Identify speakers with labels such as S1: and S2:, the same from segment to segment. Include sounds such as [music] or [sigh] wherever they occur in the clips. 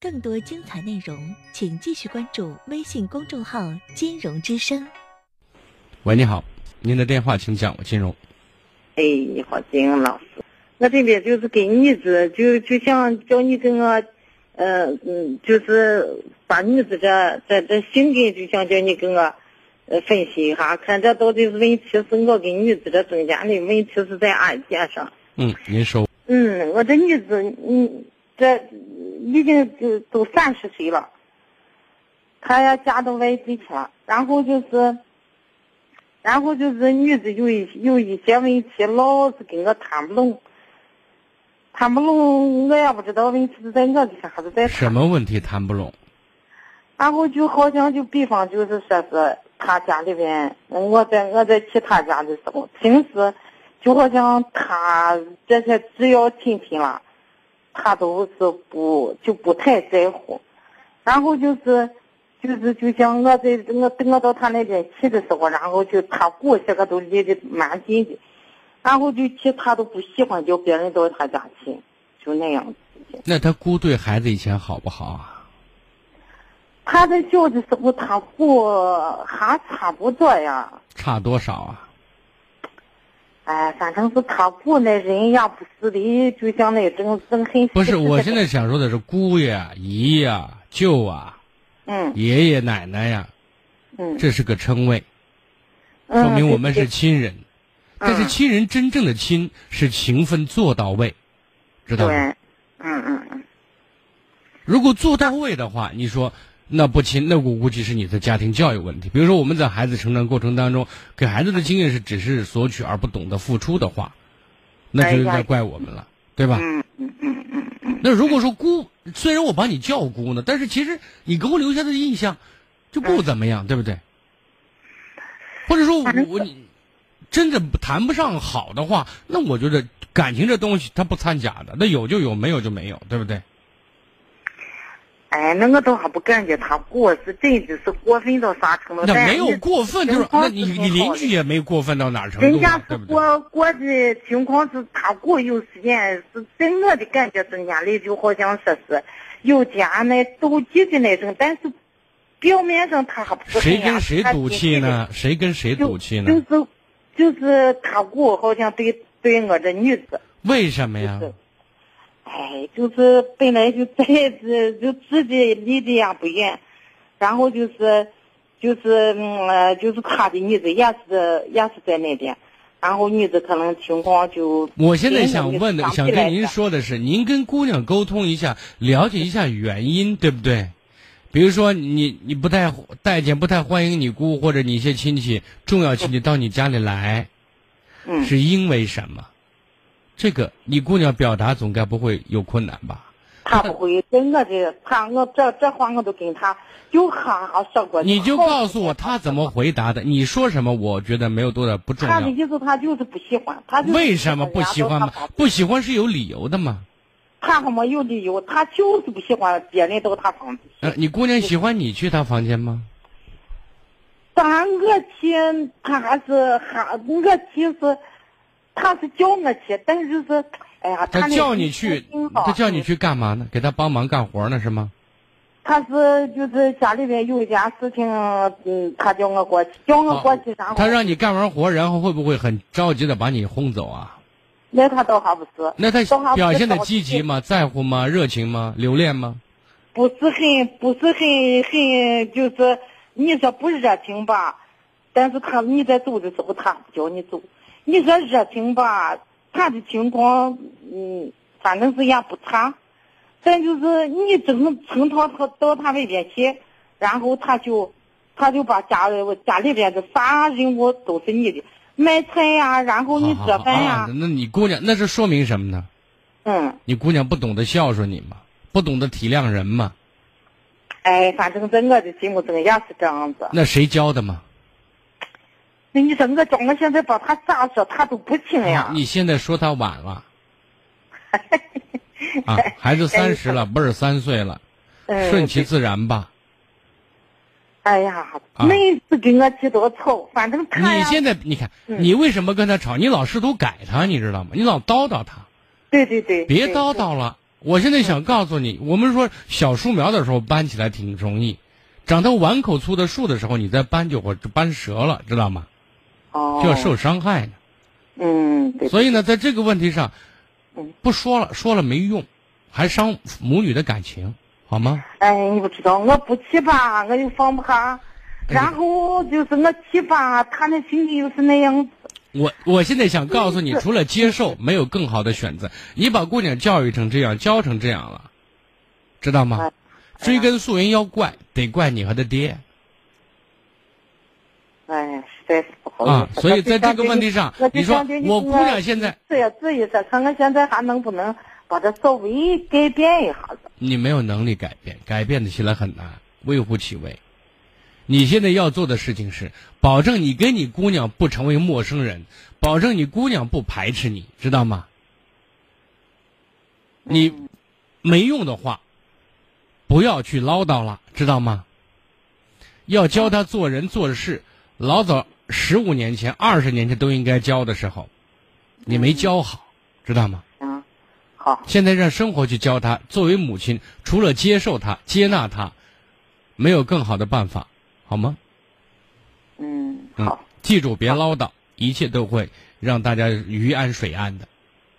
S1: 更多精彩内容，请继续关注微信公众号“金融之声
S2: 喂，你好，您的电话请讲，我金融。
S3: 哎，你好，金英老师，我这边就是给女子，就就想叫你给我，呃嗯，就是把女子这这这性格，就想叫你给我，呃，分析一下，看这到底是问题是我给女子这中间的问题是在俺肩上。
S2: 嗯，您说，
S3: 嗯，我这女子，嗯，这已经都都三十岁了，她也嫁到外地去了，然后就是，然后就是女子有一有一些问题，老是跟我谈不拢，谈不拢，我也不知道问题是在我这还是在她
S2: 什么问题谈不拢？
S3: 然后就好像就比方就是说是他家里边，嗯我在我在其他家的时候，平时就好像他这些只要亲戚了，他都是不就不太在乎。然后就是就是就像我在我我到他那边去的时候，然后就他姑些个都离得蛮近的，然后就去他都不喜欢叫别人到他家去，就那样子。
S2: 那他姑对孩子以前好不好啊？
S3: 他在小的时候，他姑还差不多呀。
S2: 差多少啊？
S3: 哎，反正是他姑那人也不是的，就像那种人很。
S2: 不是，我现在想说的是姑呀、姨呀、舅啊、
S3: 嗯
S2: 爷爷奶奶呀，
S3: 嗯，
S2: 这是个称谓，
S3: 嗯
S2: 说明我们是
S3: 对
S2: 亲人。
S3: 嗯
S2: 但是亲人真正的亲是情分做到位，知
S3: 对，
S2: 道
S3: 对
S2: 吗？
S3: 嗯嗯嗯，
S2: 如果做到位的话，你说那不亲，那我估计是你的家庭教育问题。比如说我们在孩子成长过程当中，给孩子的经验是只是索取而不懂得付出的话，那就应该怪我们了，对吧？
S3: 嗯嗯嗯嗯嗯，
S2: 那如果说姑，虽然我把你叫姑呢，但是其实你给我留下的印象就不怎么样，对不对？或者说我我你真的谈不上好的话，那我觉得感情这东西它不掺假的，那有就有，没有就没有，对不对？
S3: 哎，那我都还不感觉他过是真的是过分到啥程度？
S2: 那
S3: 但
S2: 没有
S3: 人
S2: 过分，就是
S3: 情况
S2: 那
S3: 是
S2: 你
S3: 挺
S2: 你
S3: 好
S2: 邻
S3: 的
S2: 居也没过分到哪儿程
S3: 人
S2: 度
S3: 家
S2: 啊，
S3: 是
S2: 对不对？
S3: 过过的情况是他过有时间是在我的感觉中间里就好像说是有家那斗气的那种，但是表面上他还不是
S2: 谁
S3: 那样
S2: 跟谁
S3: 他
S2: 赌
S3: 就是
S2: 气呢？谁跟谁
S3: 就
S2: 赌气
S3: 就
S2: 呢？
S3: 是就是他姑好像对对我这女子，
S2: 为什么呀
S3: 就？是哎，就是本来就在这就自己离得也不远，然后就是就是嗯、呃就是他的女子也是也是在那边，然后女子可能情况就
S2: 我现在想问的，
S3: 想
S2: 想
S3: 不起来
S2: 跟您
S3: 的
S2: 说的是，您跟姑娘沟通一下，了解一下原因，对不对？比如说你你不太待见，不太欢迎你姑或者你一些亲戚、重要亲戚到你家里来，
S3: 嗯
S2: 是因为什么？这个你姑娘表达总该不会有困难吧？
S3: 他不会跟我这他我这这话我都跟他就哈哈说过，
S2: 你就
S3: 好
S2: 告诉我她怎么回答的，你说什么，我觉得没有多大不重
S3: 他的
S2: 要。
S3: 意思，他就是不喜欢，他就是
S2: 为什么不喜欢
S3: 人
S2: 嘛
S3: 家都他？
S2: 不喜欢是有理由的嘛？
S3: 他还没有理由，他就是不喜欢别人到他房子去。
S2: 呃，你姑娘喜欢你去她房间吗？
S3: 当然我去，他还是还我去是，他是叫我去，但是是，哎呀，
S2: 她
S3: 那
S2: 叫你去
S3: 挺，好
S2: 她叫你，去干嘛呢？给她帮忙干活呢是吗？
S3: 他是就是家里边有一件事情，嗯，他叫我过去，叫我过去，然
S2: 啊
S3: 后
S2: 她哦让你干完活，然后会不会很着急的把你轰走啊？
S3: 那他倒还不是，
S2: 那
S3: 倒还
S2: 她
S3: 不
S2: 表现的
S3: 着
S2: 积极吗？在乎吗？热情吗？留恋吗？
S3: 不是很不是很很就是你说不热情吧，但是他你在走的时候他不叫你走，你说热情吧，他的情况嗯反正是也不差，但就是你整成到他到他外边去，然后他就他就把家里家里边的啥任务都是你的，买菜呀、然后你
S2: 好
S3: 做
S2: 好好
S3: 饭呀、
S2: 啊那你姑娘那是说明什么呢？
S3: 嗯。
S2: 你姑娘不懂得孝顺你吗？不懂得体谅人吗？
S3: 哎，反正在我的心目中也是这样子。
S2: 那谁教的吗？
S3: 那你说我叫我现在把他咋说，他都不听呀。
S2: 啊你现在说她晚
S3: [laughs]
S2: 了。啊，孩子三十了，不是三岁了，
S3: 嗯
S2: 顺其自然吧。
S3: 哎呀，
S2: 啊
S3: 每次跟我起多吵，反正他
S2: 你
S3: 呀，
S2: 现在你看，
S3: 嗯
S2: 你为什么跟他吵？你老试图改他，你知道吗？你老叨叨他，
S3: 对对对，
S2: 别
S3: 对
S2: 叨。叨了。我现在想告诉你，我们说小树苗的时候搬起来挺容易，长到碗口粗的树的时候，你再搬就会搬折了，知道吗？
S3: 哦，
S2: 就要受伤害的。
S3: 嗯，对，
S2: 所以呢，在这个问题上
S3: 嗯，
S2: 不说了，说了没用，还伤母女的感情，好吗？
S3: 哎，你不知道，我不去吧，我又放不下，然后就是我去吧，他那情绪又是那样子，
S2: 我我现在想告诉你，除了接受，没有更好的选择。你把姑娘教育成这样，教成这样了，知道吗？追根溯源要怪，得怪你和他爹
S3: 哎，实在是不好意思。
S2: 啊。所以在这个问题上
S3: 我，就
S2: 你说
S3: 想对你
S2: 我姑娘现在
S3: 试一试一下，啊看看现在还能不能把它稍微改变一下子。
S2: 你没有能力改变，改变的起来很难，微乎其微。你现在要做的事情是保证你跟你姑娘不成为陌生人，保证你姑娘不排斥你，知道吗？你没用的话，不要去唠叨了，知道吗？要教她做人做事，老早十五年前、二十年前都应该教的时候，你没教好，知道吗？
S3: 嗯，好，
S2: 现在让生活去教他，作为母亲，除了接受他、接纳他，没有更好的办法，好吗？
S3: 嗯，
S2: 嗯
S3: 好，，
S2: 记住别唠叨，一切都会让大家鱼安水安的，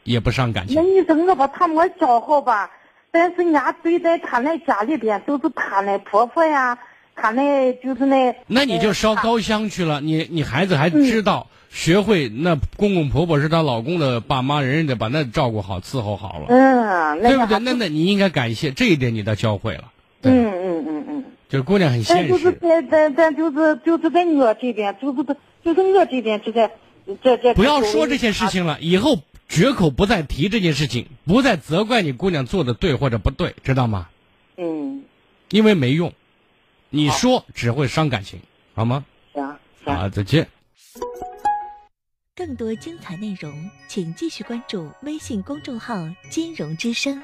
S2: 也不伤感
S3: 那
S2: 情。
S3: 你说我把他们教好吧，但是人家对待他那家里边都是他那婆婆呀，他那就是那
S2: 那你就烧
S3: 呃
S2: 高香去了，你你孩子还知
S3: 嗯
S2: 道、学会那公公婆婆是她老公的爸妈，人家得把那照顾好、伺候好了，
S3: 嗯，那
S2: 对不
S3: 个
S2: 对？
S3: 还
S2: 那那你应该感谢这一点，你倒教会了。对，
S3: 嗯嗯嗯嗯，
S2: 就是姑娘很
S3: 但
S2: 现
S3: 就是
S2: 实，
S3: 在在在就是就是在我这边，就是就是我这边这个这这
S2: 不要说这些事。情了，以后绝口不再提这件事情，不再责怪你姑娘做的对或者不对，知道吗？
S3: 嗯，
S2: 因为没用，你说只会伤感情，好吗？
S3: 行行。
S2: 好，再见。
S1: 更多精彩内容，请继续关注微信公众号“金融之声”。